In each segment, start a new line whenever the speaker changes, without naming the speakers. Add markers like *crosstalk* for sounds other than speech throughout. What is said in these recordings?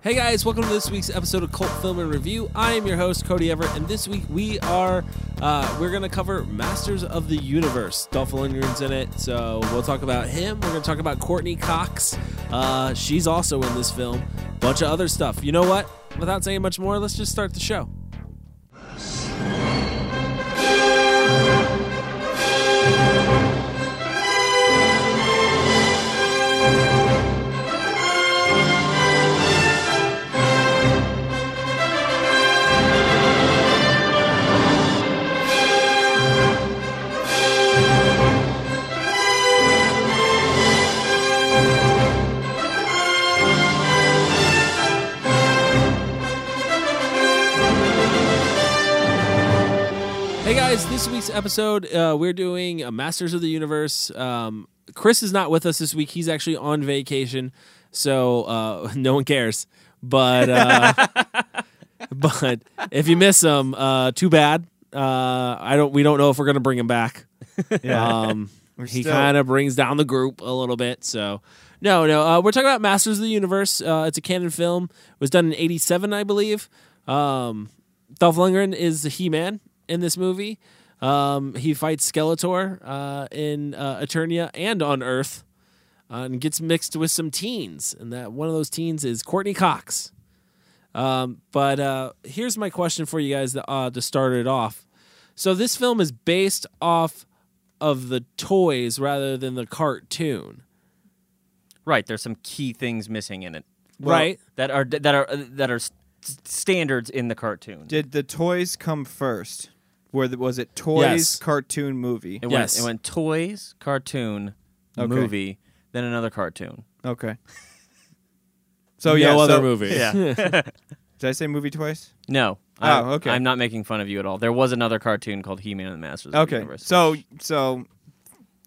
Hey guys, welcome to this week's episode of Cult Film and Review. I am your host Cody Everett, and this week we are uh, we're gonna cover Masters of the Universe. Dolph Lundgren's in it, so we'll talk about him. We're gonna talk about Courtney Cox. Uh, she's also in this film. Bunch of other stuff. You know what? Without saying much more, let's just start the show. Hey guys, this week's episode, uh, we're doing uh, Masters of the Universe. Um, Chris is not with us this week. He's actually on vacation, so uh, *laughs* no one cares. But uh, *laughs* but if you miss him, uh, too bad. Uh, I don't. We don't know if we're gonna bring him back. Um, he
still-
kind of brings down the group a little bit. So no, no. Uh, we're talking about Masters of the Universe. Uh, it's a canon film. It was done in '87, I believe. Um, Dolph Lundgren is the He-Man in this movie. Um, he fights Skeletor uh, in uh, Eternia and on Earth, uh, and gets mixed with some teens, and that one of those teens is Courtney Cox. Um, but uh, here's my question for you guys to, uh, to start it off. So this film is based off of the toys rather than the cartoon,
Right. There's some key things missing in it.
right?
That are that are that are s- standards in the cartoon.
Did the toys come first? Were the, was it toys,
Yes.
cartoon, movie?
it went,
Yes.
It went toys, cartoon,
Okay.
movie, then another cartoon.
Okay. So
no
Oh, yeah,
other
so-
movie. *laughs*
Yeah.
Did I say movie twice?
No. I-
Oh, okay.
I'm not making fun of you at all. There was another cartoon called He-Man and the Masters of the
Okay.
Universe.
So so,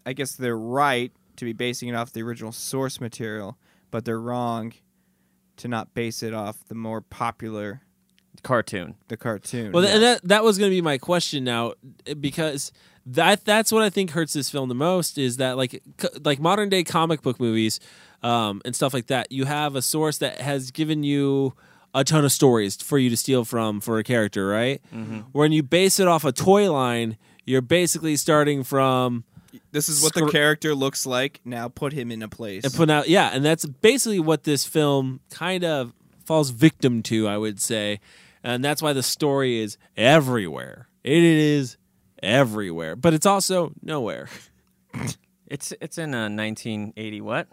I guess they're right to be basing it off the original source material, but they're wrong to not base it off the more popular
cartoon.
the cartoon.
Well, th- and that that was going to be my question now, eh, because that that's what I think hurts this film the most is that like c- like modern day comic book movies um, and stuff like that. You have a source that has given you a ton of stories for you to steal from for a character, right? When you base it off a toy line, you're basically starting from
this is what the
Scr-
character looks like. Now put him in a place.
and put out yeah and that's basically what this film kind of falls victim to i would say and that's why the story is everywhere it is everywhere but it's also nowhere *laughs*
It's it's in a 1980 what?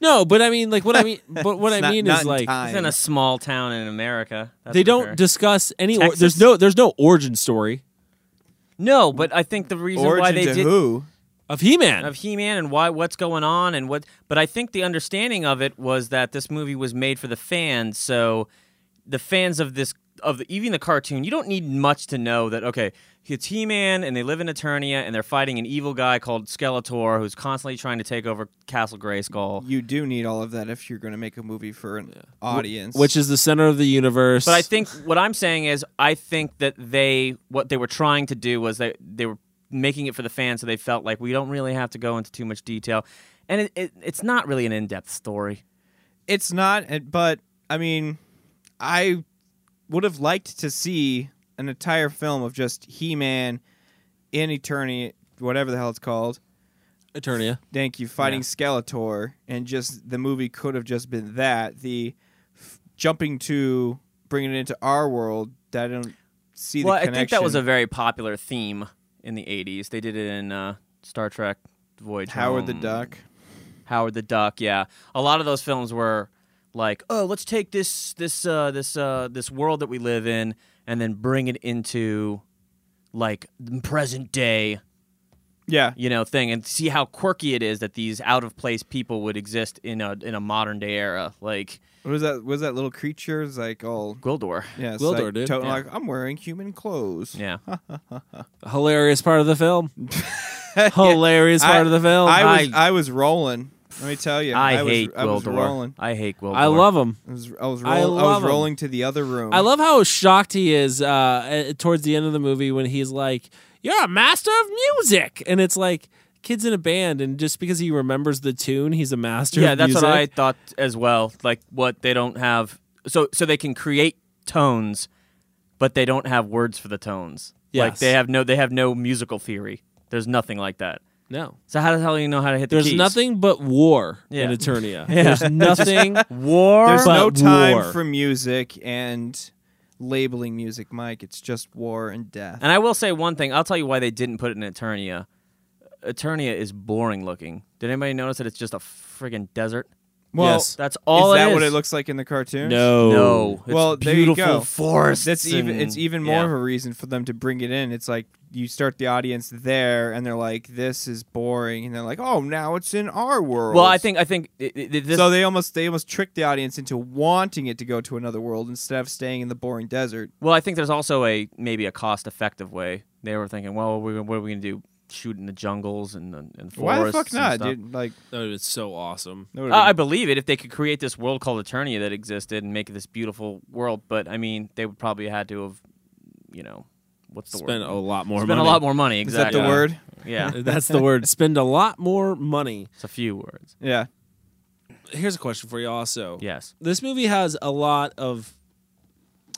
no but i mean like what i mean but what
It's
i
not-
mean
not
is
in
like
time.
It's in a small town in America. That's
they
for
don't
sure.
discuss any or,
Texas?
there's no there's no origin story
No, but I think the reason
Origin
why they
to
did
who?
of he-man
of He-Man and why what's going on and what but I think the understanding of it was that this movie was made for the fans so the fans of this of the, even the cartoon you don't need much to know that okay it's He-Man and they live in Eternia and they're fighting an evil guy called Skeletor who's constantly trying to take over Castle Grayskull
You do need all of that if you're going to make a movie for an audience.
which is the center of the universe
But I think what I'm saying is, I think that they what they were trying to do was they they were making it for the fans, so they felt like we don't really have to go into too much detail, and it, it, it's not really an in-depth story.
it's not and- but i mean i would have liked to see an entire film of just he-man in eternity whatever the hell it's called
eternia
thank you fighting skeletor and just the movie could have just been that the f- jumping to bringing it into our world that i don't see
well,
the
I
connection
think that was a very popular theme in the '80s. They did it in uh, Star Trek: Voyage.
howard the
Home.
duck
Howard the Duck. Yeah, a lot of those films were like, oh, let's take this this uh, this uh, this world that we live in and then bring it into like the present day
Yeah.
you know thing and see how quirky it is that these out of place people would exist in a in a modern day era like
What was that? What was that little creature? It's like all
Gildor.
yeah, it's
Gwildor,
like,
dude.
totem,
Yeah.
like I'm wearing human clothes.
Yeah.
Hilarious part of the film. Hilarious part of the film.
I,
I,
was I was rolling. Let me tell you,
I,
was,
hate
I was
Gwildor.
rolling.
I hate Gwildor.
love him.
I was I was, roll,
I
I
love
was
'em.
rolling to the other room.
I love how shocked he is uh, uh, towards the end of the movie when he's like, "You're a master of music," and it's like kids in a band, and just because he remembers the tune, he's a master.
Yeah,
of
that's what I
music.
thought as well. Like what they don't have so so they can create tones, but they don't have words for the tones. Like
Yes.
they have no they have no musical theory. There's nothing like that.
No,
So how the hell do you know how to hit the
there's
keys?
nothing but war in
*laughs* Yeah.
Eternia. There's nothing.
*laughs* war.
There's
but
no time
war.
for music and labeling music, Mike. It's just war and death.
And I will say one thing. I'll tell you why they didn't put it in Eternia. Eternia is boring looking. Did anybody notice that it's just a friggin' desert?
well,
Yes.
That's all
is
it
that
is.
what it looks like in the cartoons?
no,
No. It's
Well, there you
beautiful
go.
forests.
That's even.
and-
It's even more
yeah.
of a reason for them to bring it in. It's like you start the audience there, and they're like, "This is boring," and they're like, "Oh, now it's in our world."
Well, I think I think it, it- it- this,
so. They almost they almost tricked the audience into wanting it to go to another world instead of staying in the boring desert.
Well, I think there's also a maybe a cost-effective way. They were thinking, well, we, what are we going to do? Shoot in the jungles and the and forests?
Why the fuck
and
not,
stuff?
dude? Like,
Oh, it's so awesome.
that would've
Uh, I
been-
believe it if they could create this world called Eternia that existed and make it this beautiful world. But I mean, they would probably had to have, you know, what's the
Spend
word?
a lot more.
Spend a
money.
lot more money.
is that
Exactly.
the word? *laughs*
Yeah,
*laughs* That's the word. Spend a lot more money.
it's a few words.
Yeah.
Here's a question for you. Also,
Yes.
this movie has a lot of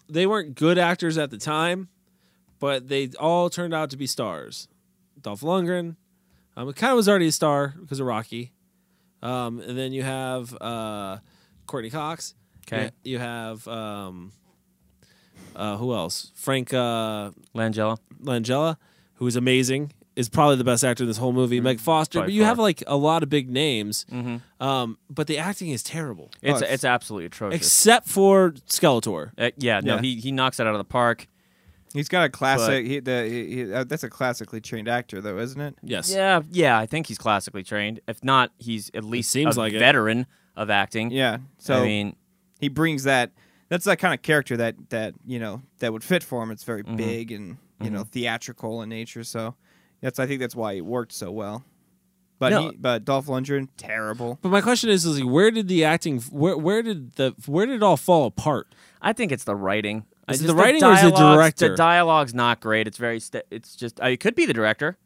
they weren't good actors at the time, but they all turned out to be stars. Dolph Lundgren, um, it kind of was already a star because of Rocky, um, and then you have uh, Courtney Cox.
Okay.
you have um, uh, who else? Frank uh,
Langella.
Langella, who is amazing, is probably the best actor in this whole movie. Meg Foster,
Mm-hmm. by
but you
far. Mm-hmm.
have like a lot of big names, um, but the acting is terrible
It's
it's-
it's absolutely atrocious.
except for Skeletor.
Uh, yeah, no,
Yeah.
he he knocks it out of the park.
He's got a classic. He, the, he, he- uh, that's a classically trained actor, though, isn't it?
Yes.
Yeah, yeah, I think he's classically trained. If not, he's at least
seems
a
like it.
veteran of acting.
Yeah. So
I mean,
he brings that. That's that kind of character that that you know that would fit for him. It's
Mm-hmm.
very big and you know theatrical in nature. So that's I think that's why it worked so well. But
No.
he, but Dolph Lundgren terrible.
But my question is, is like, where did the acting, where, where did the, where did it all fall apart?
I think it's the writing. I
Is it
just-
the writing or is it the
dialogue's-
director?
The dialogue's not great. It's very. St- it's just. Uh, it could be the director.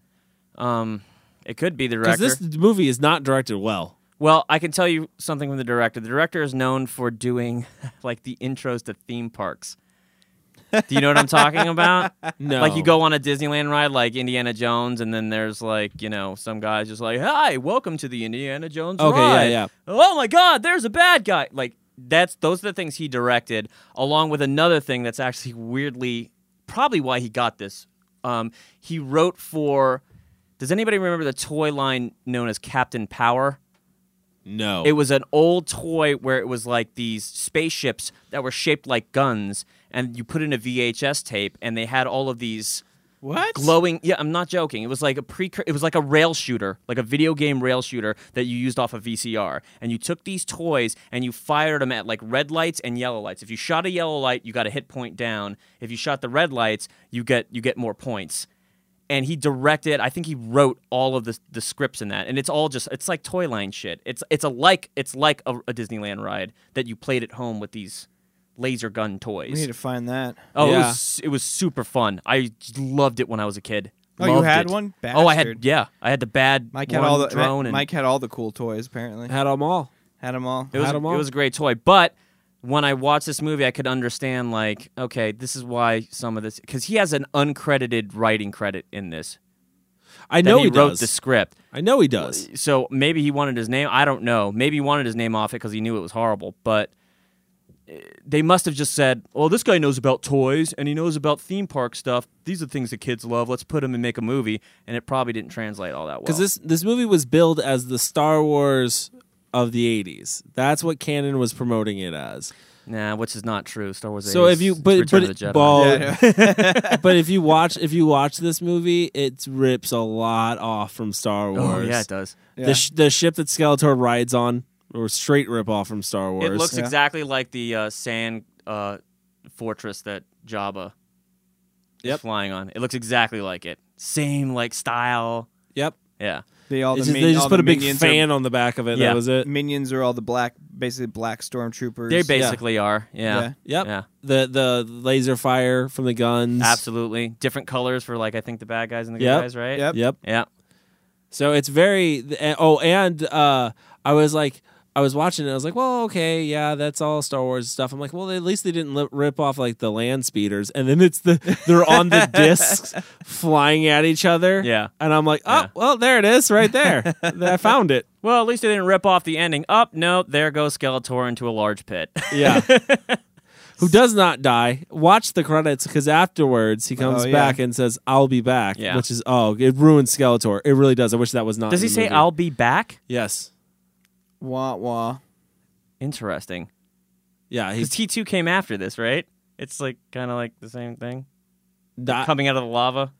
Um, it could be the
Because
director.
this movie is not directed well.
well, I can tell you something from the director. The director is known for doing *laughs* like the intros to theme parks. Do you know what I'm talking about?
*laughs* No,
Like you go on a Disneyland ride, like Indiana Jones, and then there's like you know some guys just like, "Hi, welcome to the Indiana Jones
Okay, yeah,
ride."
yeah.
Oh my God, there's a bad guy. Like that's those are the things he directed, along with another thing that's actually weirdly probably why he got this. Um, he wrote for. Does anybody remember the toy line known as Captain Power?
no.
It was an old toy where it was like these spaceships that were shaped like guns, and you put in a VHS tape, and they had all of these
What?
glowing. Yeah, I'm not joking. It was like a pre. It was like a rail shooter, like a video game rail shooter that you used off a VCR. And you took these toys and you fired them at like red lights and yellow lights. If you shot a yellow light, you got a hit point down. If you shot the red lights, you get you get more points. And he directed. I think he wrote all of the the scripts in that. And it's all just it's like toy line shit. It's it's a like it's like a, a Disneyland ride that you played at home with these laser gun toys.
We need to find that.
Oh, it
Yeah.
was it was super fun. I loved it when I was a kid.
Oh, you
Loved
had
it.
one?
Oh, I had
Bastard.
yeah, I had the bad
Mike
one
had all the
drone. and
Mike had all the cool toys. Apparently
had them all.
had
*laughs*
them all.
it was
had
a,
'em
it
all.
was a great toy. But when I watched this movie, I could understand like okay, this is why some of this because he has an uncredited writing credit in this.
I
That
know
he,
he,
wrote
does.
the script,
I know he does.
so maybe he wanted his name. I don't know. Maybe he wanted his name off it because he knew it was horrible. But eh, they must have just said, "Well, this guy knows about toys and he knows about theme park stuff. These are things that kids love. Let's put him and make a movie." And it probably didn't translate all that well.
Because this this movie was billed as the Star Wars of the '80s. That's what Canon was promoting it as.
Nah, which is not true. Star Wars.
So
8
if you
is
but
Return
but
of the Jedi.
ball,
Yeah,
*laughs*
I know.
but if you watch if you watch this movie, it rips a lot off from Star Wars.
Oh, yeah, it does.
Yeah.
The sh- the ship that Skeletor rides on, or straight rip off from Star Wars.
It looks
Yeah.
exactly like the uh, sand uh, fortress that Jabba
Yep.
is flying on. It looks exactly like it. Same like style.
Yep.
Yeah.
They all the
It's just-
min-
they
all
just put
the
a big
minions
fan on the back of it.
Yeah.
That was
Are,
it.
minions are all the black, basically black stormtroopers.
They basically are. Yeah.
Yeah.
Yep.
Yeah.
The the laser fire from the guns.
Absolutely. Different colors for like I think the bad guys and the good
Yep.
guys, right?
Yep.
Yep.
Yeah.
So it's very. th- and- Oh, and uh, I was like, I was watching it. I was like, well, okay, yeah, that's all Star Wars stuff. I'm like, well, at least they didn't li- rip off like the land speeders. And then it's the they're on
*laughs*
the discs flying at each other.
Yeah.
And I'm like, oh,
Yeah.
well, there it is, right there. I found it.
Well, at least they didn't rip off the ending. Up, no, there goes Skeletor into a large pit.
Yeah. *laughs* Who does not die? Watch the credits because afterwards he comes
Oh, yeah.
back and says, "I'll be back,"
Yeah.
which is oh, it ruins Skeletor. It really does. I wish that was not.
Does
in
he
the
say
movie.
I'll be back?
Yes.
wah wah.
Interesting.
Yeah.
Because
He's
T two came after this, right? It's like kind of like the same thing.
not,
Coming out of the lava.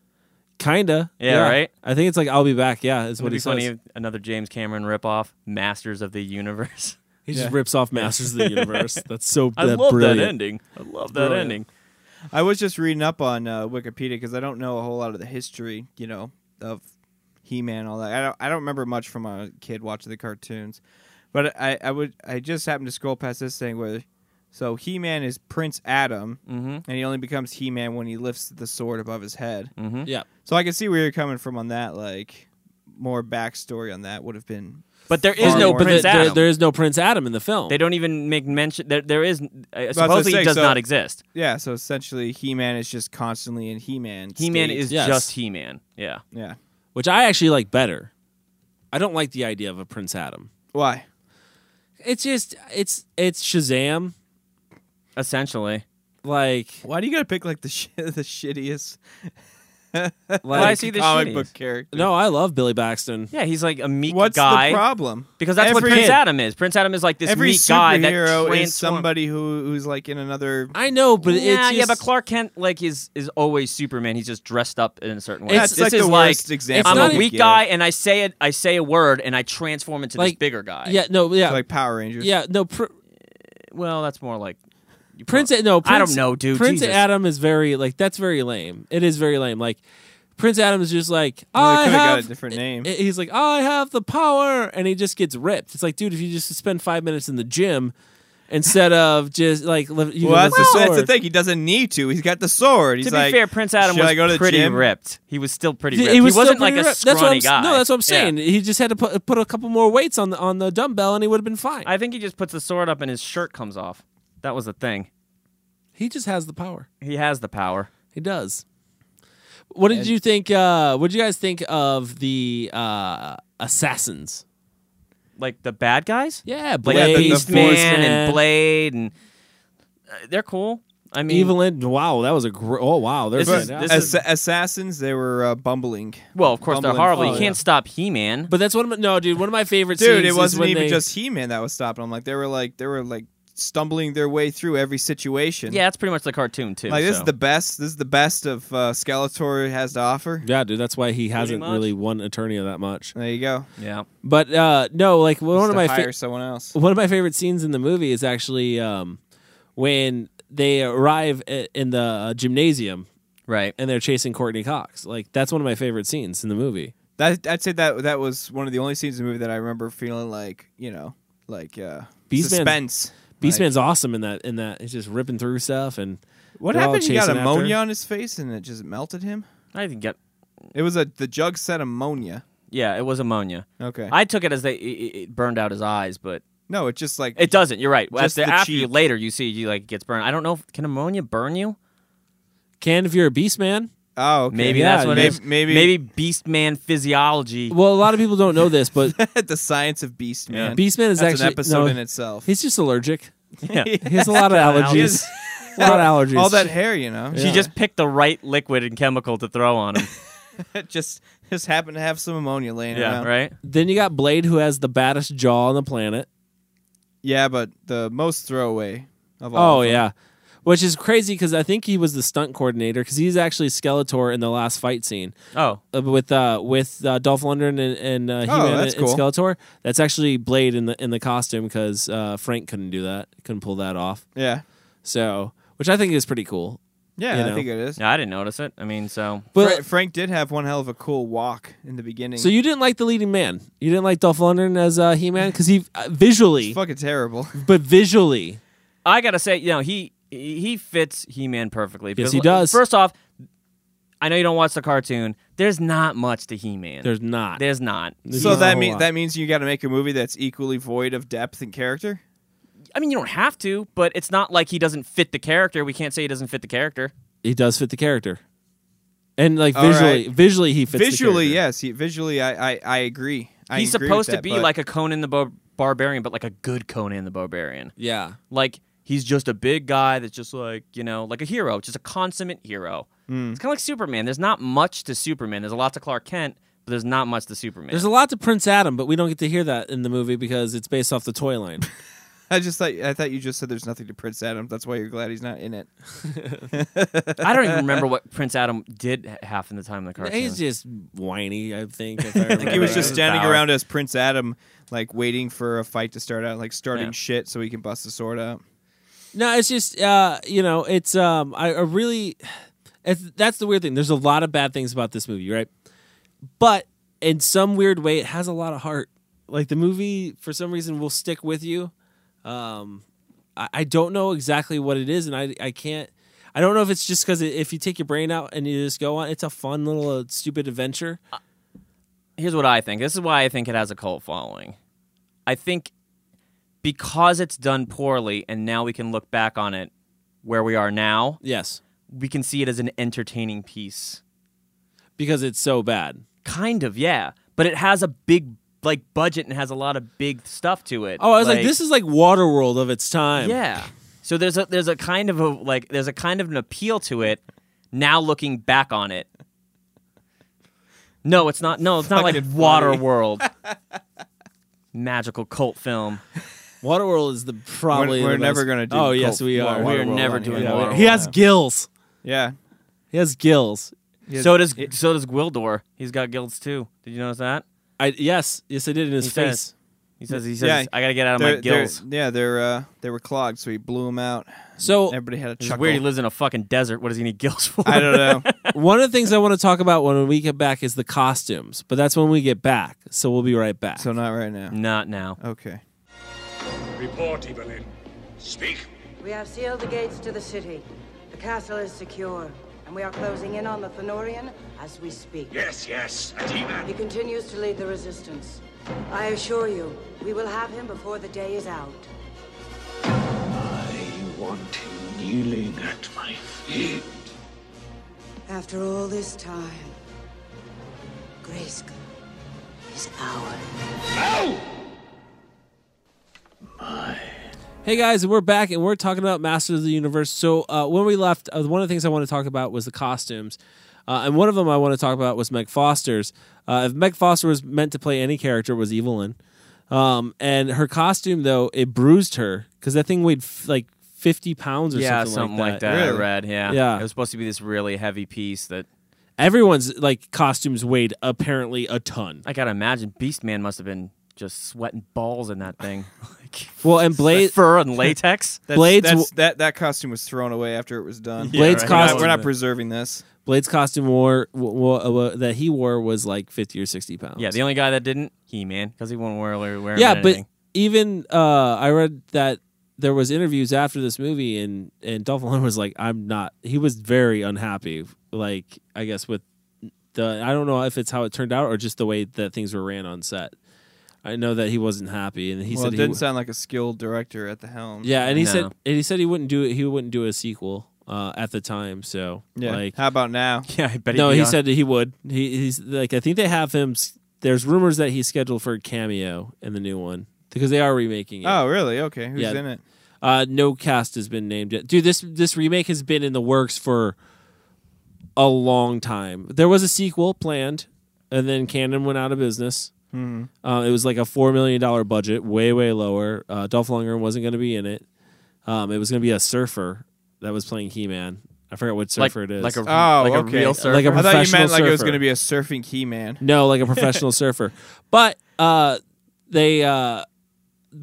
Kinda.
Yeah, right?
I think it's like I'll be back. Yeah, is
Would
what
be
he
funny
says.
if another James Cameron ripoff, Masters of the Universe. *laughs*
He just
Yeah.
rips off Masters of the Universe. That's so
I
that's
love
brilliant.
that ending. I love that
brilliant.
ending.
I was just reading up on uh, Wikipedia because I don't know a whole lot of the history, you know, of He-Man and all that. I don't, I don't remember much from a kid watching the cartoons, but I, I would I just happened to scroll past this thing where, so He-Man is Prince Adam,
Mm-hmm.
and he only becomes He-Man when he lifts the sword above his head.
Mm-hmm.
Yeah.
So I can see where you're coming from on that. Like more backstory on that would have been
But there
Far
is no
more-
Prince
there,
Adam.
there is no Prince Adam in the film.
they don't even make mention. There, there is uh,
what I was
supposedly he
saying,
does
so-
not exist.
yeah. So essentially, He-Man is just constantly in He-Man.
He Man
state.
is
Yes.
just He Man. Yeah.
yeah.
which I actually like better. I don't like the idea of a Prince Adam.
Why?
It's just it's it's Shazam.
Essentially.
Like,
Why do you gotta pick like the sh- the shittiest
*laughs* like
I see the
comic
shittiest.
book character?
No, I love Billy Baxton.
Yeah, he's like a meek
What's
guy.
the problem?
Because that's
every,
what Prince Adam is. Prince Adam is like this
Every
meek guy that
superhero
transforms.
is somebody who who's like in another.
I know, but it's
yeah, yeah,
just-
but Clark Kent like is is always Superman. He's just dressed up in a certain way.
That's,
this
like,
is
the
like
worst example
I'm
you
a
could
weak
give.
guy, and I say it. I say a word, and I transform into this
Like,
bigger guy.
Yeah, no, yeah,
like Power Rangers.
yeah, no. Pr-
Well, that's more like you
Prince,
prob-
no, Prince,
I don't know, dude.
Prince
Jesus.
Adam is very like that's very lame. It is very lame. Like Prince Adam is just like
Well, they
I
could've got a
have
different name.
I- He's like I have the power, and he just gets ripped. It's like, dude, if you just spend five minutes in the gym instead of just like li- you can
Well, that's,
lift
the,
the
that's the
sword.
thing. He doesn't need to. He's got the sword. He's
To be
like,
fair, Prince Adam
"Should
was
I go to the
pretty
gym?"
ripped. He was still pretty
Th-
ripped.
He was still
wasn't like
pretty
a
ripped. That's what I'm,
scrawny
s-
guy.
No, that's what I'm saying.
Yeah.
He just had to put put a couple more weights on the on the dumbbell, and he would have been fine.
I think he just puts the sword up and his shirt comes off. That was the thing.
he just has the power.
He has the power.
He does. What did you think? Uh, what did you guys think of the uh, assassins?
Like the bad guys?
Yeah,
Like
Blade,
the- the
Beast
Beastman
Man
Forceman,
and Blade and uh, they're cool. I mean
Evelyn. Wow, that was a great. Oh wow, there's
This is-
right
this
now.
is-
Assa- assassins, they were uh, bumbling.
Well, of course they're
Bumbling
horrible. you
fool.
can't stop He Man.
But that's one of my, no, dude. One of my favorite scenes.
Dude, it
is
wasn't
when
even
they-
just He-Man that was stopping them. Like they were like they were like stumbling their way through every situation.
Yeah, that's pretty much the cartoon too.
Like this
so.
is the best. This is the best of uh, Skeletor has to offer.
Yeah, dude. That's why he hasn't
much.
really won Eternia that much.
There you go.
Yeah.
But uh, no, like one of
Just
my
to
fa-
hire someone else.
one of my favorite scenes in the movie is actually um, when they arrive i- in the uh, gymnasium
Right.
and they're chasing Courtney Cox. Like that's one of my favorite scenes in the movie.
That I'd say that that was one of the only scenes in the movie that I remember feeling like you know like uh,
Beastman-
suspense. Like,
Beastman's awesome in that. In that, he's just ripping through stuff. And
what
they're all
happened? He got
chasing after
ammonia
him.
on his face and it just melted him.
I think get
It was a the jug said ammonia.
yeah, it was ammonia.
Okay.
I took it as they it, it it burned out his eyes, but
no, it just like
It doesn't. You're right.
Just
after
the
after you
cheek.
later, you see you like gets burned. I don't know. If, can ammonia burn you?
Can if you're a Beastman.
oh okay.
Maybe
Yeah,
that's what
may-
it is.
maybe-
maybe Beastman physiology.
Well, a lot of people don't know this,
*laughs*
but
the science of Beastman.
Beastman is
That's
actually
an episode
no,
in itself.
He's just allergic.
*laughs* Yeah.
He has a lot of allergies. *laughs* a lot of allergies.
All that hair, you know,
She
Yeah.
just picked the right liquid and chemical to throw on him.
It *laughs* just just happened to have some ammonia laying
yeah,
around.
right.
Then you got Blade, who has the baddest jaw on the planet.
Yeah, but the most throwaway Of all
Oh
of them.
yeah, which is crazy because I think he was the stunt coordinator because he's actually Skeletor in the last fight scene
Oh,
uh, with uh, with uh, Dolph Lundgren and, and uh, He-Man and,
Oh, that's
and
cool.
Skeletor. That's actually Blade in the in the costume because uh, Frank couldn't do that, couldn't pull that off.
yeah,
So, which I think is pretty cool.
yeah.
You
I
know.
think it is.
yeah, I didn't notice it. I mean, so
But
Fra- Frank did have one hell of a cool walk in the beginning.
so you didn't like the leading man? You didn't like Dolph Lundgren as uh, He-Man because he uh, visually,
it's *laughs*
*laughs*
fucking terrible.
but visually,
I gotta say, you know, he he fits He Man perfectly. because
he does.
First off, I know you don't watch the cartoon. There's not much to He Man.
there's not.
there's not.
There's
so
not a
that
whole
means
lot.
that means you got to make a movie that's equally void of depth and character.
I mean, you don't have to, but it's not like he doesn't fit the character. We can't say he doesn't fit the character.
he does fit the character, and like
All
visually, visually he fits. the
visually,
character.
yes. He, visually, I I, I agree. I
He's
agree with
supposed to
that,
be
but-
like a Conan the Bar- Barbarian, but like a good Conan the Barbarian.
yeah.
Like he's just a big guy that's just like you know, like a hero, just a consummate hero.
Hmm.
It's kind of like Superman. There's not much to Superman. There's a lot to Clark Kent, but there's not much to Superman.
There's a lot to Prince Adam, but we don't get to hear that in the movie because it's based off the toy line.
*laughs* *laughs* I just thought I thought you just said there's nothing to Prince Adam. That's why you're glad he's not in it.
I
*laughs*
don't even remember what Prince Adam did h- half in the time in the cartoon.
He's just whiny, I think.
*laughs*
If I remember
He
*laughs*
was
right.
just standing
Bauer.
around as Prince Adam, like waiting for a fight to start out, like starting
Yeah.
shit so he can bust the sword out.
No, it's just uh, you know, it's um, I, I really, it's, that's the weird thing. There's a lot of bad things about this movie, right? But in some weird way, it has a lot of heart. Like the movie, for some reason, will stick with you. Um, I, I don't know exactly what it is, and I I can't. I don't know if it's just because if you take your brain out and you just go on, it's a fun little uh, stupid adventure.
Here's what I think. This is why I think it has a cult following. I think because it's done poorly, and now we can look back on it where we are now,
Yes,
we can see it as an entertaining piece.
because it's so bad.
Kind of, yeah. But it has a big like budget and has a lot of big stuff to it.
Oh, I was like, this is like Waterworld of its time.
yeah. So there's a there's a kind of a like there's a kind of an appeal to it. Now looking back on it. No, it's not. No, it's not like
*laughs*
Waterworld. Magical cult film.
Waterworld is the probably
We're- we're
the
never
best-
gonna do
Oh
cult-
yes, we
Wa-
are.
We are
Waterworld
never
on here.
doing
Yeah,
Waterworld.
He has gills.
Yeah,
He has gills.
He has-
So does so does Gwildor. He's got guilds too. Did you notice that?
I yes, yes, I did in his
He
face.
says- He says he says
Yeah.
I gotta get out of
they're,
my gills.
They're, yeah, they're uh, they were clogged, so he blew them out.
So
Everybody had a
It's
chuckle.
weird. He lives in a fucking desert. What does he need gills for?
I
*laughs*
don't know.
*laughs* one of the things I want to talk about when we get back is the costumes, but that's when we get back. So we'll be right back.
so not right
Mm.
now.
*laughs* Not now.
Okay.
Report, Evelyn. Speak.
We have sealed the gates to the city. The castle is secure, and we are closing in on the Fenorian as we speak.
Yes, yes, a demon.
He continues to lead the resistance. I assure you, we will have him before the day is out.
I want him kneeling at my feet.
After all this time, Grayskull is ours.
Hey guys, we're back and we're talking about Masters of the Universe. So uh, when we left, uh, one of the things I want to talk about was the costumes, uh, and one of them I want to talk about was Meg Foster's. Uh, if Meg Foster was meant to play any character, it was Evelyn, um, and her costume though it bruised her because that thing weighed f- like fifty pounds or
yeah,
something,
like that.
Really?
I read. Yeah,
Yeah.
It was supposed to be this really heavy piece that
Everyone's like costumes weighed apparently a ton.
I gotta imagine. Beast Man must have been just sweating balls in that
*laughs*
thing. *laughs* like,
Well, and
the
Blade
fur
*laughs*
and latex.
That's,
Blades
that's-
w-
that that costume was thrown away after it was done.
Blade's
right.
We're not-
costume,
we're not preserving this.
Blade's costume wore, wo- wo- wo- that he wore was like fifty or sixty pounds.
yeah, the only guy that didn't He Man because he wouldn't wear wearing
yeah, but
anything. *laughs*
even uh, I read that there was interviews after this movie, and and Dolph Lundgren was like, "I'm not." He was very unhappy. Like I guess with the I don't know if it's how it turned out or just the way that things were ran on set. I know that he wasn't happy, and he
well, it
said he
didn't
w-
sound like a skilled director at the helm.
yeah, and he said
No.
and he said he wouldn't do it. He wouldn't do a sequel uh, at the time. So
Yeah.
like
How E about now?
yeah, I bet
no,
he'd be
he
on-
said he would. He, he's like, I think they have him. s- There's rumors that he's scheduled for a cameo in the new one because they are remaking it.
Oh, really? Okay. Who's
Yeah.
in it?
Uh, no cast has been named yet, dude. This this remake has been in the works for a long time. There was a sequel planned, and then Canon went out of business. Uh, it was like a four million dollar budget, way way lower. Uh, Dolph Lundgren wasn't going to be in it. Um, it was going to be a surfer that was playing He Man. I forgot what surfer it is.
like a-
Oh,
Like
okay.
real surfer?
Like a
I thought you
professional
meant like it was
surfer.
going to be a surfing key man.
No, like a professional surfer. But uh, they uh,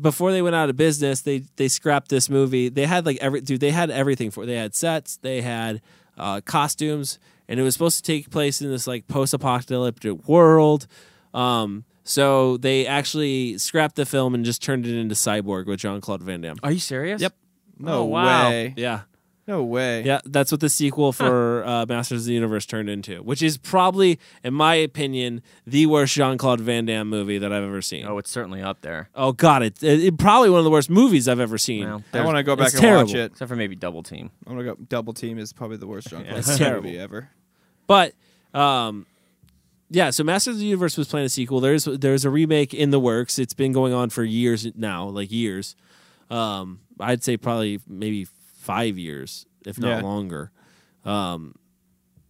before they went out of business, they they scrapped this movie. They had like every dude. They had everything for. It. They had sets. They had uh, costumes, and it was supposed to take place in this like post-apocalyptic world. Um, so they actually scrapped the film and just turned it into Cyborg with Jean Claude Van Damme.
Are you serious?
Yep.
No
Oh, wow.
way.
Yeah.
No way.
Yeah, that's what the sequel for uh, Masters of the Universe turned into, which is probably, in my opinion, the worst Jean Claude Van Damme movie that I've ever seen.
Oh,
Oh,
it's certainly up there.
God, it, it, it- probably one of the worst movies I've ever seen.
Well,
I want to go back
it's
and watch
terrible.
it.
except for maybe Double Team.
I'm gonna go. Double Team is probably the worst John
it's
Claude
terrible.
movie ever.
But um, yeah, so Masters of the Universe was playing a sequel. There's there's a remake in the works. It's been going on for years now, like years. Um, I'd say probably maybe five years, if not
Yeah.
longer. Um,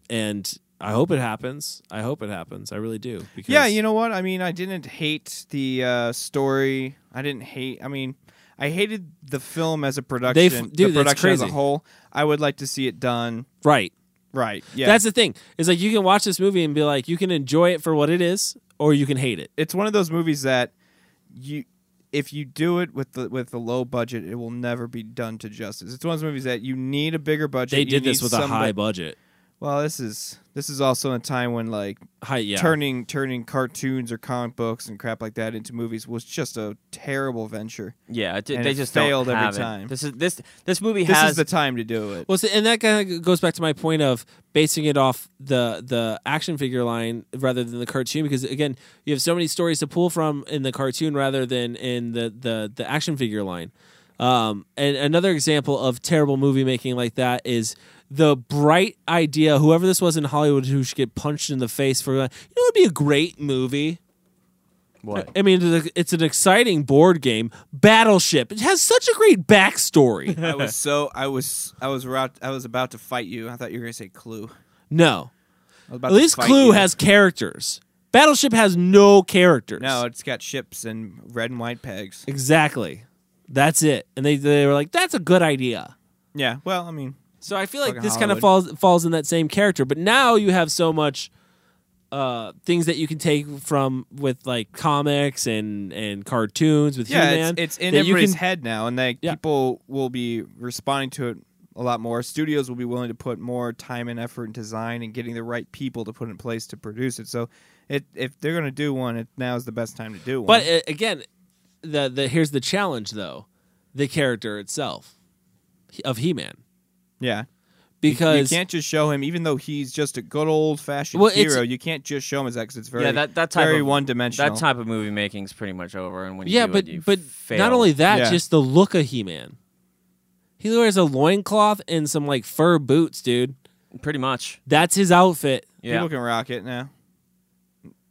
and I hope it happens. I hope it happens. I really do. Because
Yeah, you know what? I mean, I didn't hate the uh, story. I didn't hate. I mean, I hated the film as a production.
dude, that's
the production as
crazy.
a whole. I would like to see it done
right.
right. Yeah,
That's the thing. Is like you can watch this movie and be like, you can enjoy it for what it is, or you can hate it.
it's one of those movies that you if you do it with the with the low budget, it will never be done to justice. It's one of those movies that you need a bigger budget.
They
you
did this
need
with a
somebody-
high budget.
Well, this is this is also a time when like
High, yeah.
turning turning cartoons or comic books and crap like that into movies was just a terrible venture.
Yeah, it,
And
they
it
just
failed
don't
every
have it.
time.
This is this this movie
This
has
is the time to do it.
Well, see, and that kind of goes back to my point of basing it off the the action figure line rather than the cartoon, because again, you have so many stories to pull from in the cartoon rather than in the the the action figure line. Um, and another example of terrible movie making like that is the bright idea. Whoever this was in Hollywood who should get punched in the face for that, you know, it'd be a great movie.
what
I mean, it's a- it's an exciting board game, Battleship. It has such a great backstory.
*laughs* I was so I was I was about I was about to fight you. I thought you were gonna say Clue.
No.
I was about
At
to
least
fight
Clue
you.
has characters. Battleship has no characters.
no. It's got ships and red and white pegs.
Exactly. That's it. And they they were like, that's a good idea.
Yeah. Well, I mean,
So I feel like
Fucking
this kind of falls
Hollywood.
falls in that same character, but now you have so much uh, things that you can take from with like comics and and cartoons with
yeah,
He-Man
it's, it's in
that you
everybody's
can-
head now, and like
Yeah.
people will be responding to it a lot more. Studios will be willing to put more time and effort in design and getting the right people to put in place to produce it. So, it, if they're gonna do one, it now is the best time to do one.
But uh, again, the the here's the challenge though, the character itself of He-Man
yeah, you
because
can't just show him, even though he's just a good old fashioned
Well, it's-
hero. You can't just show him as that 'cause it's very
yeah that that type
very
of
one dimensional.
That type of movie making is pretty much over. And when you
yeah,
do
but
it, you
but
fail.
not only that,
Yeah.
just the look of He-Man. He wears a loincloth and some like fur boots, dude.
pretty much
That's his outfit.
yeah.
People can rock it now.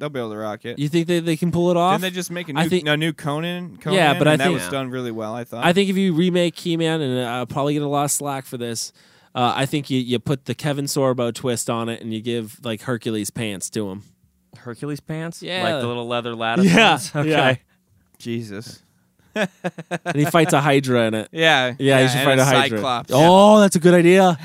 They'll be able to rock it.
You think they, they can pull it off?
Didn't they just make a
I
new,
think-
a new Conan, Conan?
Yeah, but I
and that
think-
was done really well. I thought.
I think if you remake He-Man, and uh, I'll probably get a lot of slack for this. Uh, I think you, you put the Kevin Sorbo twist on it, and you give like Hercules pants to him.
Hercules pants.
Yeah.
like the little leather lattice.
Yeah,
ones? Okay.
yeah.
Jesus.
and he fights
*laughs*
a Hydra in it.
Yeah.
Yeah, he should
and
fight a, Hydra.
Cyclops.
Oh, that's a good idea.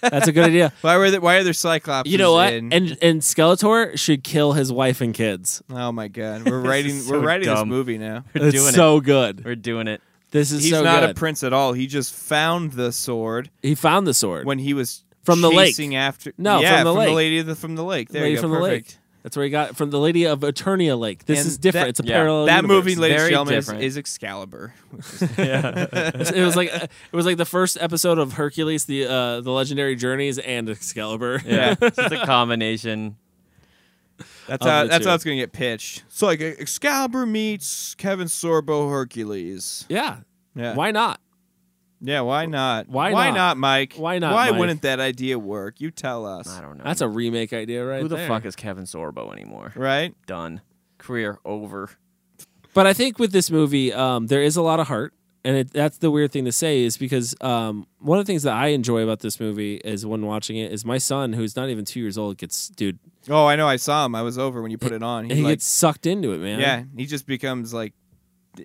That's a good
*laughs*
idea.
Why were there, why are there Cyclops?
You know what?
In?
And and Skeletor should kill his wife and kids.
oh my God, we're writing
is so
we're writing this
dumb.
movie now.
We're
It's
doing
so good.
it. We're doing it.
This is
He's
so
not
good.
a prince at all. He just found the sword
he found the sword.
when he was
From the lake.
chasing after.
No,
yeah,
from the lake.
lady of the, from the lake. There
lady
you go.
from the
Perfect.
lake. That's where he got it from the lady of Eternia Lake. This
And
is different.
that-
it's a
yeah.
parallel.
That
universe.
movie, ladies and
Very
gentlemen, is,
different.
*laughs*
is Excalibur. *laughs*
it was like it was like the first episode of Hercules, the uh, the legendary journeys, and Excalibur.
Yeah, it's just *laughs* a combination.
That's
Of
how
the
that's
two.
how it's gonna get pitched. So like E-, Excalibur meets Kevin Sorbo Hercules.
*laughs* yeah.
Yeah.
Why not?
Yeah, why not?
Why
Why
not?
not, Mike?
Why not,
Why
Mike?
wouldn't that idea work? You tell us.
I don't know.
That's a remake idea, right?
who the
there.
fuck is Kevin Sorbo anymore?
Right?
Done. Career over.
But I think with this movie, um, there is a lot of heart, and it, that's the weird thing to say is because um, one of the things that I enjoy about this movie is when watching it is my son, who's not even two years old, gets dude,
Oh, I know. I saw him. I was over when you put it on.
he
like,
gets sucked into it, man.
yeah. He just becomes like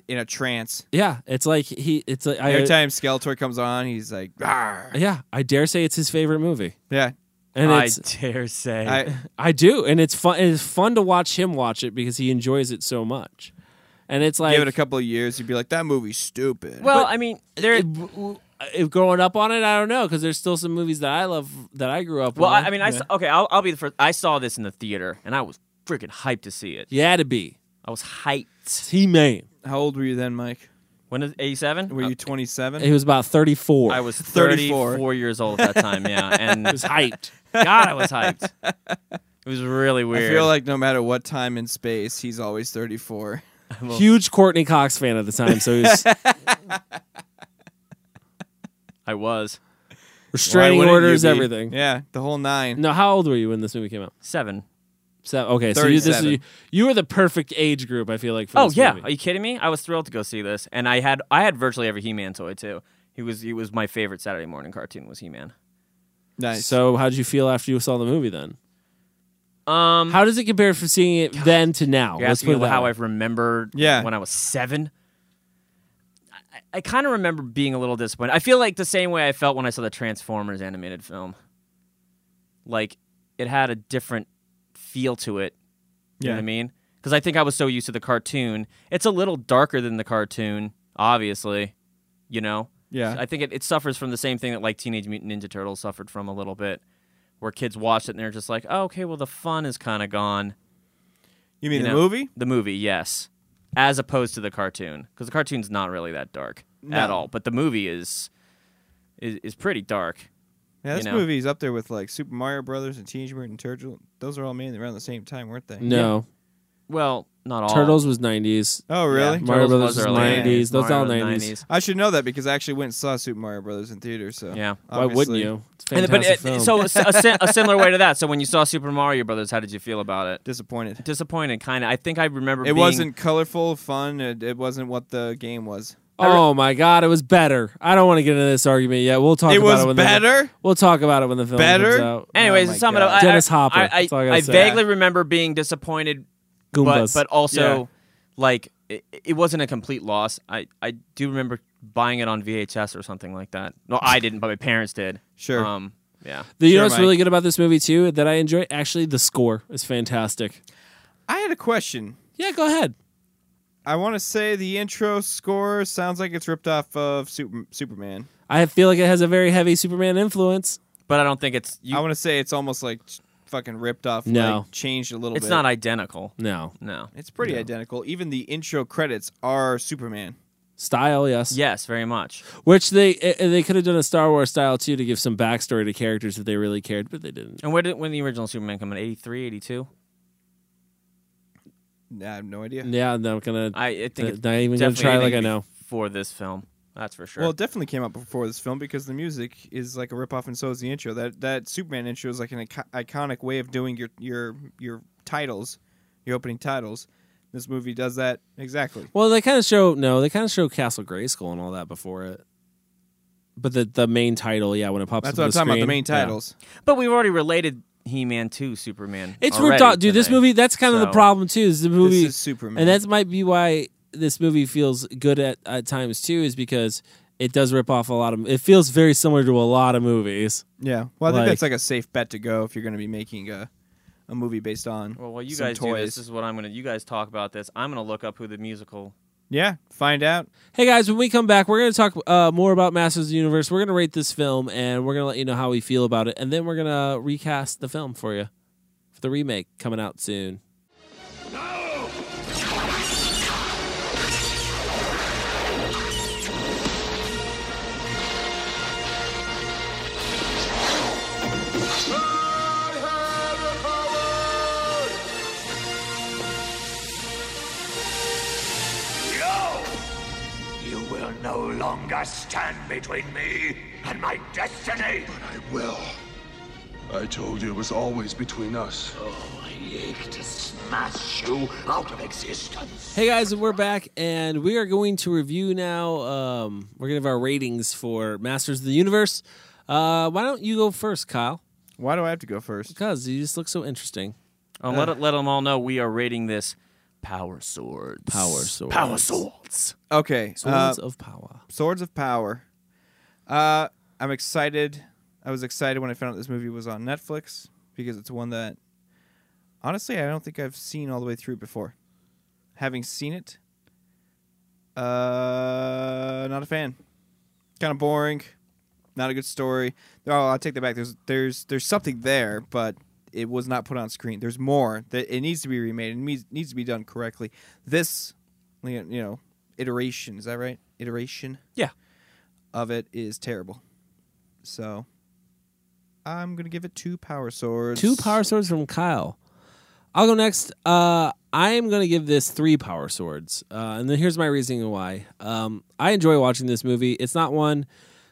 in a trance.
Yeah, it's like he. It's like I. uh,
Every time Skeletor comes on, he's like, "Arr."
Yeah, I dare say it's his favorite movie,
yeah.
and
I
it's
dare say.
*laughs*
I,
I do, and it's fun. It's fun to watch him watch it because he enjoys it so much, and it's like
give it a couple of years, you'd be like, that movie's stupid.
well, I mean, there.
it- w- w- if growing up on it, I don't know because there's still some movies that I love that I grew up.
Well,
on.
I, I mean, I saw, okay. I'll, I'll be the first. I saw this in the theater, and I was freaking hyped to see it.
yeah to be
I was hyped.
He Man.
How old were you then, Mike?
When is eighty-seven?
Uh,
Were you 27?
He was about thirty four.
I *laughs* was
34.
34. years old at that time, *laughs* yeah. And
was hyped.
God, I was hyped. *laughs* It was really
I
weird.
feel like no matter what time and space, he's always 34.
Huge Courtney Cox fan at the time, so he was
*laughs* I was
restraining
Why wouldn't you
orders,
be?
everything.
Yeah, the whole nine.
No, how old were you when this movie came out?
seven.
Seven. Okay, so you, this is,
37.
you, you were the perfect age group. I feel like. For
Oh
this
yeah,
movie.
are you kidding me? I was thrilled to go see this, and I had I had virtually every He-Man toy too. He was he was my favorite Saturday morning cartoon was He-Man.
Nice.
So how did you feel after you saw the movie then?
Um,
How does it compare from seeing it then to now?
you're
Let's put
asking
it
me
that
how
way.
I've remembered
Yeah.
when I was seven. I, I kind of remember being a little disappointed. I feel like the same way I felt when I saw the Transformers animated film. Like it had a different feel to it. You know what I
Yeah.
mean? Because I think I was so used to the cartoon. It's a little darker than the cartoon, obviously. You know?
Yeah.
I think it, it suffers from the same thing that like Teenage Mutant Ninja Turtles suffered from a little bit, where kids watched it and they're just like, oh, okay, well, the fun is kind of gone.
you mean
You
the
know,
movie?
The movie, yes. As opposed to the cartoon, because the cartoon's not really that dark at
No.
all. But the movie is is, is pretty dark.
Yeah,
you
this
know.
movie's up there with like Super Mario Brothers and Teenage Mutant Turtle. Those are all made around the same time, weren't they?
No,
Well, not all.
Turtles was nineties.
Oh, really?
Yeah,
Mario
Turtles
Brothers
was
was
early
90s. Those
Mario
all
was
90s.
I should know that because I actually went and saw Super Mario Brothers in theater. So
Yeah.
Why wouldn't
obviously-
you? It's a
And-
fantastic
but
film.
it, so a, si- a similar way to that. So when you saw Super Mario Brothers, how did you feel about it?
Disappointed.
Disappointed, kind of. I think I remember.
It
being-
wasn't colorful, fun. It, it wasn't what the game was.
oh my god, it was better. I don't want to get into this argument yet. We'll talk
It
about
was
it when The,
better?
we'll talk about it when the film
Better?
comes out.
Anyways, to
Oh my
sum it up.
God.
I- I-
Dennis Hopper.
I, I,
That's all I gotta
I
say.
vaguely remember being disappointed but
Goombas.
but also like it, it wasn't a complete loss. I I do remember buying it on VHS or something like that. No, I didn't, but my parents did.
Sure.
Um, yeah.
the, you know
Sure,
what's
Mike.
really good about this movie too that I enjoy? Actually, the score is fantastic.
I had a question.
Yeah, go ahead.
I want to say the intro score sounds like it's ripped off of Super, Superman.
I feel like it has a very heavy Superman influence.
But I don't think it's you,
I want to say it's almost like ch- fucking ripped off.
No.
like, changed a little.
it's
bit.
not identical.
No
No.
It's pretty identical. Even the intro credits are Superman.
style, yes.
Yes, very much.
Which they eh, they could have done a Star Wars style too to give some backstory to characters if they really cared, but they didn't.
And where did when did the original Superman come in? 83, 82?
I have no idea.
Yeah, I'm not gonna.
I, I think
Uh,
it's
not even gonna
definitely
try like
anything
I know.
for this film. That's for sure.
Well, it definitely came out before this film because the music is like a ripoff, and so is the intro. That that Superman intro is like an ico- iconic way of doing your your your titles, your opening titles. This movie does that exactly.
well, they kind of show no, they kind of show Castle Grayskull and all that before it. But the the main title, yeah, when it pops.
That's
up
what
on the
I'm talking about. The
screen,
main
yeah.
titles.
but we've already related He-Man to Superman.
It's
already
ripped off, dude. This
today.
movie. That's kind of the
So-
problem too. Is the movie
This is Superman.
and that might be why this movie feels good at, at times too, is because it does rip off a lot of. It feels very similar to a lot of movies.
Yeah. Well, I think
Like-
that's like a safe bet to go if you're going to be making a a movie based on.
Well, while you
some
guys
toys.
do this, this is what I'm gonna. You guys talk about this. I'm gonna look up who the musical.
yeah, find out.
Hey guys, when we come back, we're going to talk uh, more about Masters of the Universe. We're going to rate this film and we're going to let you know how we feel about it. And then we're going to recast the film for you for the remake coming out soon.
You will no longer stand between me and my destiny.
I will. I told you it was always between us.
Oh, I ache to smash you out of existence.
Hey guys, and we're back and we are going to review now. Um, we're going to have our ratings for Masters of the Universe. Uh, why don't you go first, Kyle?
Why do I have to go first?
Because you just look so interesting.
Um, let let them all know we are rating this
power swords.
Power swords.
Power swords.
Okay. uh,
Swords of power.
Swords of Power. Uh, I'm excited. I was excited when I found out this movie was on Netflix because it's one that, honestly, I don't think I've seen all the way through before. Having seen it, uh, not a fan. Kind of boring. Not a good story. Oh, I'll take that back. There's there's there's something there, but it was not put on screen. There's more that it needs to be remade. It needs needs to be done correctly. This, you know, iteration is that right? Iteration
Yeah.
of it is terrible. So I'm gonna give it two power swords.
Two power swords from Kyle. I'll go next. Uh, I am going to give this three power swords, uh, and then here's my reasoning why. Um, I enjoy watching this movie. It's not one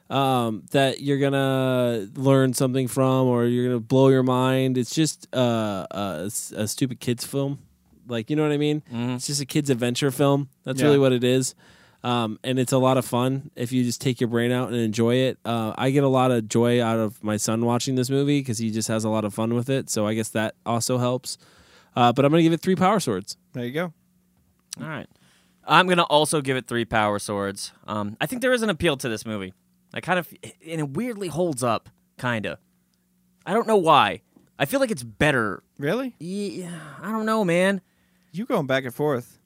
um, that you're gonna learn something from or you're gonna blow your mind. It's just uh, a, s- a stupid kids film, like you know what I mean. It's just a kids adventure film. That's
Mm-hmm. Yeah.
really what it is. Um, and it's a lot of fun if you just take your brain out and enjoy it. Uh, I get a lot of joy out of my son watching this movie because he just has a lot of fun with it. So I guess that also helps. Uh, but I'm gonna give it three power swords.
There you go.
All right. I'm going to also give it three power swords. Um, I think there is an appeal to this movie. I kind of, and it weirdly holds up, kind of. I don't know why. I feel like it's better.
Really?
Yeah, I don't know, man.
You going back and forth?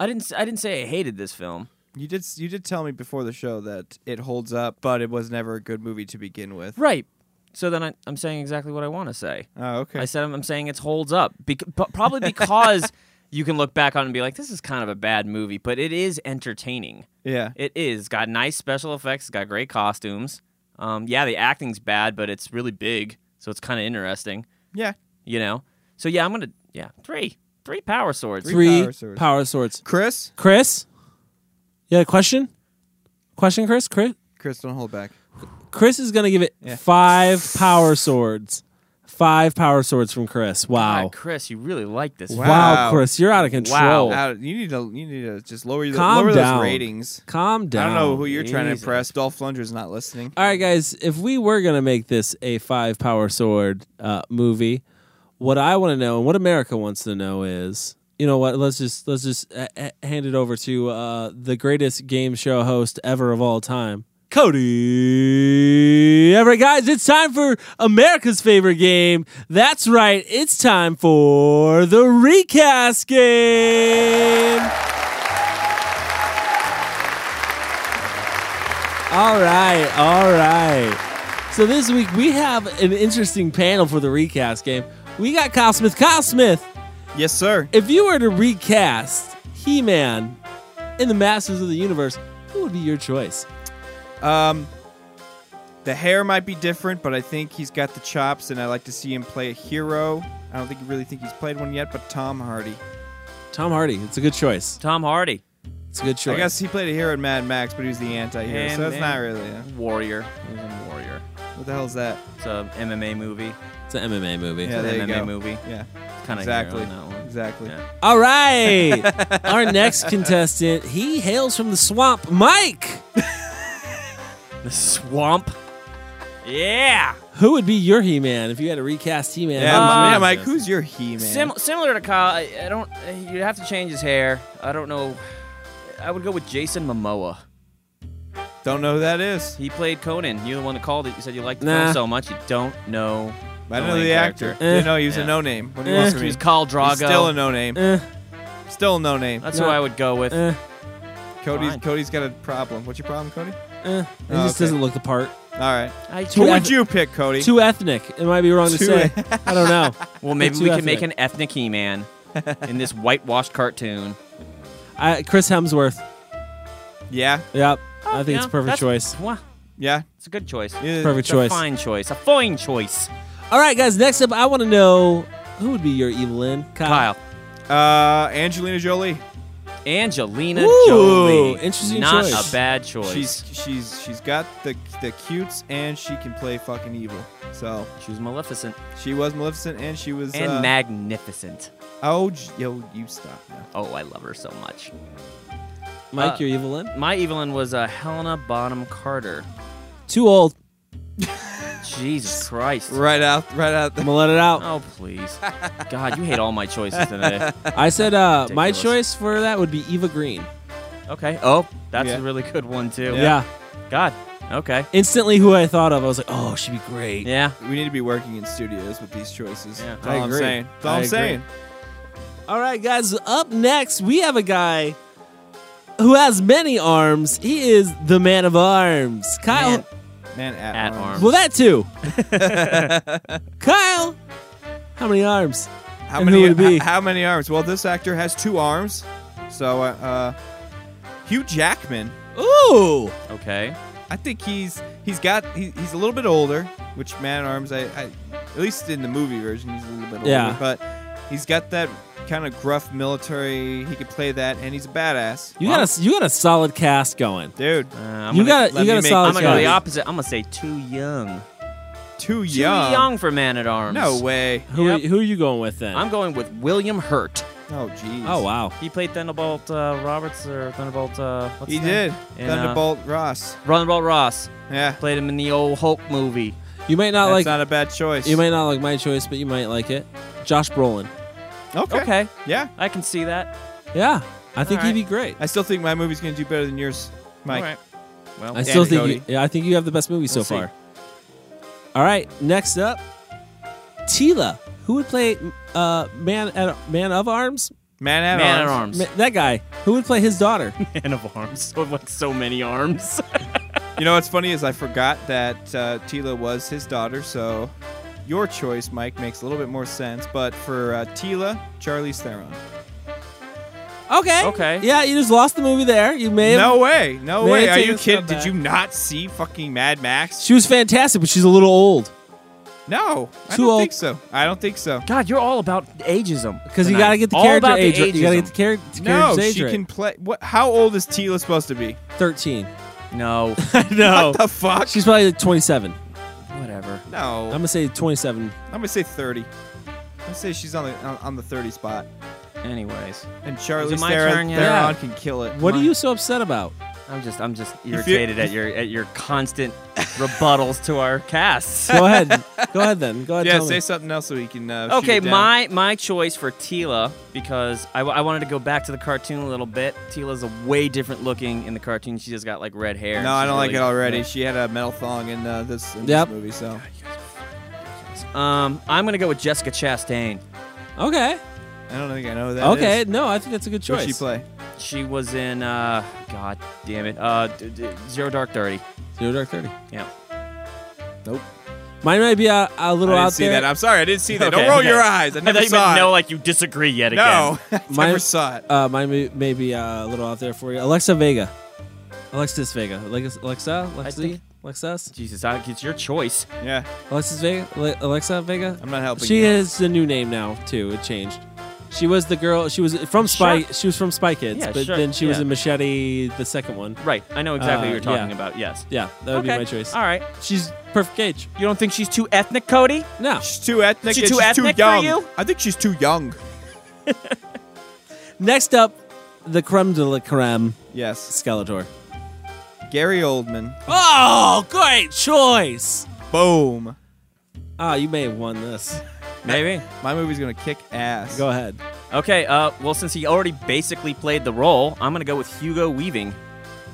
I didn't. s- I didn't say I hated this film.
You did you did tell me before the show that it holds up, but it was never a good movie to begin with.
Right. So then I, I'm saying exactly what I want to say.
Oh, okay.
I said I'm, I'm saying it holds up, Bec- p- probably because you can look back on it and be like, this is kind of a bad movie, but it is entertaining.
yeah.
It is. Got nice special effects. Got great costumes. Um, yeah, the acting's bad, but it's really big, so it's kind of interesting.
Yeah.
You know. So yeah, I'm gonna yeah three three power swords.
Three,
power swords.
power swords.
Chris?
Chris, you got a question? Question, Chris? Chris,
Chris, don't hold back.
Chris is going to give it five power swords. Five power swords from Chris. Wow.
God, Chris, you really like this.
Wow.
Wow, Chris, you're out of control.
Out- you need to you need to just lower your
Calm
lower
down.
those ratings.
Calm
I
down.
don't know who you're trying to
Jesus.
impress. Dolph Lundgren's not listening.
All right, guys, if we were going to make this a five power sword uh, movie, what I want to know and what America wants to know is, you know what? Let's just let's just uh, uh, hand it over to uh, the greatest game show host ever of all time, Cody Everett. Guys, it's time for America's favorite game. That's right, it's time for the recast game. All right, all right. So this week we have an interesting panel for the recast game. We got Kyle Smith. Kyle Smith,
Yes, sir.
if you were to recast He Man in the Masters of the Universe, who would be your choice?
Um, the hair might be different, but I think he's got the chops, and I like to see him play a hero. I don't think really think he's played one yet, but Tom Hardy.
Tom Hardy. It's a good choice.
Tom Hardy,
It's a good choice.
I guess he played a hero in Mad Max, but he was the anti-hero,
And
so that's
then-
not really. uh,
warrior. He's a warrior.
What the hell's that?
It's a MMA movie.
it's an MMA movie.
Yeah, there you
MMA
go.
movie.
Yeah,
Kind of
exactly,
On that one.
exactly.
Yeah.
All
*laughs*
right. Our next contestant, he hails from the swamp. Mike,
The swamp. Yeah.
who would be your He Man if you had to recast He Man?
Yeah,
Uh,
Mi- yeah, Mike. Who's your he man?
Sim- similar to Kyle, I, I don't. uh, You'd have to change his hair. I don't know. I would go with Jason Momoa.
don't know who that is.
He played Conan. You're the one that called it. You said you liked the
Nah.
film so much. You don't know.
I don't
the
know the
main
actor.
character. Eh.
Didn't know he was
Yeah.
a no-name. What do you
Eh.
want from
He
me?
was called Drago.
He's still a no-name.
Eh,
Still a no-name.
That's
No.
who I would go with.
eh,
Cody's
fine.
Cody's got a problem. What's your problem, Cody?
eh. It
Oh,
just
okay.
doesn't look the part.
All right.
I
Too
Who
Yeah.
would you pick, Cody?
Too ethnic. It might be wrong to
Too *laughs*
say. I don't know.
well, maybe
Too
we can make
ethnic.
an ethnic He-Man
*laughs*
in this whitewashed cartoon.
I, Chris Hemsworth.
Yeah,
Yep. I think
Oh, Yeah,
it's a perfect
that's-
choice.
Wow,
yeah.
it's a good choice.
yeah.
Perfect
It's
choice.
A fine choice. A fine choice.
All right, guys. Next up, I want to know who would be your evil in? Kyle.
Kyle.
Uh, Angelina Jolie.
Angelina
Ooh,
Jolie.
interesting
Not
choice.
a bad choice.
She's she's she's got the the cutes and she can play fucking evil. So
she was Maleficent
uh,
she was Maleficent and she was
and
uh,
magnificent.
Oh, j- yo, you stop now.
Oh, I love her so much.
Mike,
Uh,
your evil in?
My Evelyn was uh, Helena Bonham Carter.
Too old.
Jesus Christ.
Right out, right out. The-
I'm gonna let it out.
Oh, please. God, you hate all my choices today.
I said uh, my
Oh. Ridiculous.
choice for that would be Eva Green.
Okay. Oh, that's
Yeah.
a really good one, too.
Yeah.
God. Okay.
Instantly, who I thought of, I was like, oh, she'd be great.
Yeah.
we need to be working in studios with these choices.
Yeah.
That's
I
all I'm
agree.
saying. That's all
I
I'm
agree.
saying.
All right, guys. Up next, we have a guy who has many arms. He is the man of arms, Kyle.
Man.
Man at,
At arms.
Well, that too. Kyle, how many arms?
How
And
many?
who would it be?
h- How many arms? Well, this actor has two arms. So, uh, uh, Hugh Jackman.
Ooh,
Okay.
I think he's he's got he, he's a little bit older, which man at arms I, I at least in the movie version he's a little bit older,
Yeah.
but he's got that kind of gruff military. He could play that, and he's a badass.
you got a you got a solid cast going.
dude
Uh, I'm
you
gonna-
got a,
let
you
me
got a
make-
I'm
solid
gonna go the
cast.
opposite. I'm gonna say too young.
too
Too
young.
young, for man at arms.
No way.
Who are,
Yep.
who are you going with then?
I'm going with William Hurt.
Oh jeez.
oh wow.
He played Thunderbolt uh, Roberts or Thunderbolt. Uh, what's
He
his name?
did.
In, uh,
Thunderbolt Ross.
Thunderbolt Ross
Yeah.
played him in the old Hulk movie.
You might not
That's
like
not a bad choice.
you might not like my choice, but you might like it. Josh Brolin.
okay.
Okay,
Yeah.
I can see that.
Yeah, I think
All
he'd be great.
I still think my movie's gonna do better than yours, Mike.
All right. Well,
I still
and
think you,
Cody.
yeah, I think you have the best movie so
We'll see.
far. All right, next up, Tila, who would play uh, man at man of arms?
Man at
man
arms.
at arms.
Ma- that guy who would play his daughter?
Man of *laughs* arms. So like so many arms.
You know what's funny is I forgot that uh, Tila was his daughter, so your choice, Mike, makes a little bit more sense. But for uh, Tila, Charlie Theron.
okay,
Okay.
yeah, you just lost the movie there. You may have.
No way, no
Man,
way. Are
take
you
a step
kidding? Did
back.
you not see fucking Mad Max?
She was fantastic, but she's a little old
No, I
Too
don't
old.
think so. I don't think so.
God, you're all about ageism.
because you
tonight.
got to get the
all
character
about
age.
The
right. You got to get
ageism.
the character
No,
age.
she
right.
can play. What? How old is Tila supposed to be? *laughs*
thirteen.
No.
no,
The
*laughs*
fuck?
she's probably like twenty-seven.
Whatever.
no.
I'm
I'm,
gonna say twenty-seven.
gonna say thirty. I'm gonna say she's on the on, on the thirty spot.
Anyways,
And Charlie
it my
Theron,
turn yet?
Theron
Yeah.
can kill it.
What are
Mine.
you so upset
*laughs*
about?
I'm just I'm just
you-
irritated at your at your constant rebuttals to our casts.
Go ahead. Go ahead then. Go ahead.
Yeah,
tell me.
say something else so he can. Uh, shoot
*laughs* Okay,
it down.
my my choice for Tila because I, I wanted to go back to the cartoon a little bit. Tila's a way different looking in the cartoon. She just got like red hair.
No, I don't like it already.
She.
She had a metal thong in uh, this, in
Yep.
this movie, so
Um, I'm gonna go with Jessica Chastain.
Okay.
I don't think I know who that.
Okay.
is.
No, I think that's a good choice.
What'd she play?
She was in uh, God damn it, uh, d- d- Zero Dark Thirty.
Zero Dark Thirty.
Yeah.
Mine might be a, a
I
little
didn't
out
see
there.
that. I'm sorry, I didn't *laughs* see that.
Okay,
don't roll
okay.
your eyes.
*laughs*
I
I
never
thought you
saw
meant
it.
no, like you disagree yet
no, *laughs*
again.
I
My-
never saw it.
Uh, mine may, may be uh, a little out there for you. Alexa Vega. Alexis Vega. Alex- Alexa. Alexa.
think-
Alexis.
Jesus, I, it's your choice.
Yeah,
Alexis Vega. Ale- Alexa Vega.
I'm not helping.
She
you.
has a new name now too. It changed. She was the girl. She was from Spy.
Sure.
She was from Spy Kids,
Yeah,
but
sure,
then she was
yeah.
in Machete, the second one.
Right, I know exactly
Uh,
what you're talking
yeah.
about. Yes.
Yeah, that would
Okay,
be my choice.
All right.
She's perfect age.
You don't think she's too ethnic, Cody?
No,
She's too ethnic.
She
and
too
she's
ethnic for
too young.
you?
I think she's too young.
Next up, the creme de la creme,
Yes,
Skeletor.
Gary Oldman.
Oh, great choice!
Boom.
Ah, you may have won this.
Maybe.
My movie's gonna kick ass.
Go ahead.
Okay, uh, well, since he already basically played the role, I'm going to go with Hugo Weaving.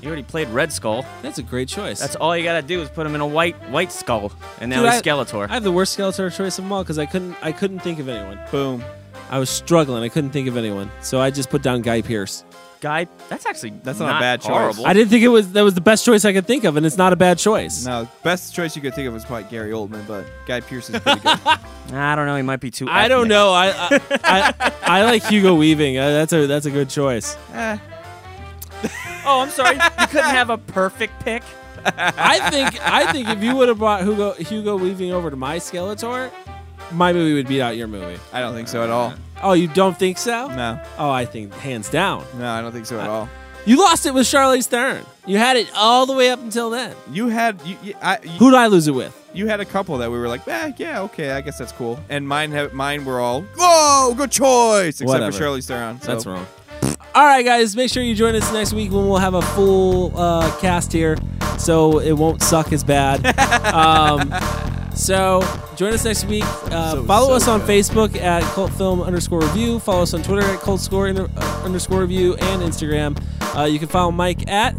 He already played Red Skull.
That's a great choice.
That's all you got to do is put him in a white white skull, and now
Dude,
he's
I-
Skeletor.
I have the worst Skeletor choice of them all because I couldn't. I couldn't think of anyone.
Boom.
I was struggling. I couldn't think of anyone, so I just put down Guy Pierce.
Guy, that's actually
That's not a bad choice.
horrible.
I didn't think it was that was the best choice I could think of, and it's not a bad choice.
No, best choice you could think of was probably Gary Oldman, but Guy Pearce is pretty good.
I don't know. He might be too.
I don't
ethnic.
know. I I, I I like Hugo Weaving. Uh, that's a that's a good choice.
Oh, I'm sorry. you couldn't have a perfect pick.
I think I think if you would have brought Hugo Hugo Weaving over to my Skeletor, my movie would beat out your movie.
I don't think so at all.
Oh, you don't think so?
No,
Oh, I think hands down.
no, I don't think so at all.
You lost it with Charlize Theron. You had it all the way up until then.
You had you, you, I, you,
Who'd I lose it with?
you had a couple that we were like, eh, yeah, okay, I guess that's cool. And mine have mine were all, whoa, good choice, except
Whatever.
for Shirley Theron. So.
That's wrong. All right, guys, make sure you join us next week when we'll have a *laughs* full uh, cast here, so it won't suck as bad. um, So join us next week. Uh, follow us on Facebook at Cult Film underscore Review. Follow us on Twitter at Cult Score inter- uh, underscore Review and Instagram. Uh, you can follow Mike at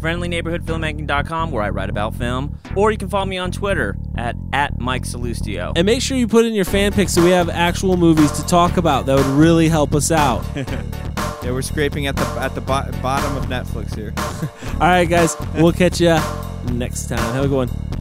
FriendlyNeighborhoodFilmmaking.com, where I write about film, or you can follow me on Twitter at, at Mike Salustio.
and make sure you put in your fan picks so we have actual movies to talk about. That would really help us *laughs* out.
Yeah, we're scraping at the at the bo- bottom of Netflix here.
All right, guys, we'll catch you next time. Have a good one.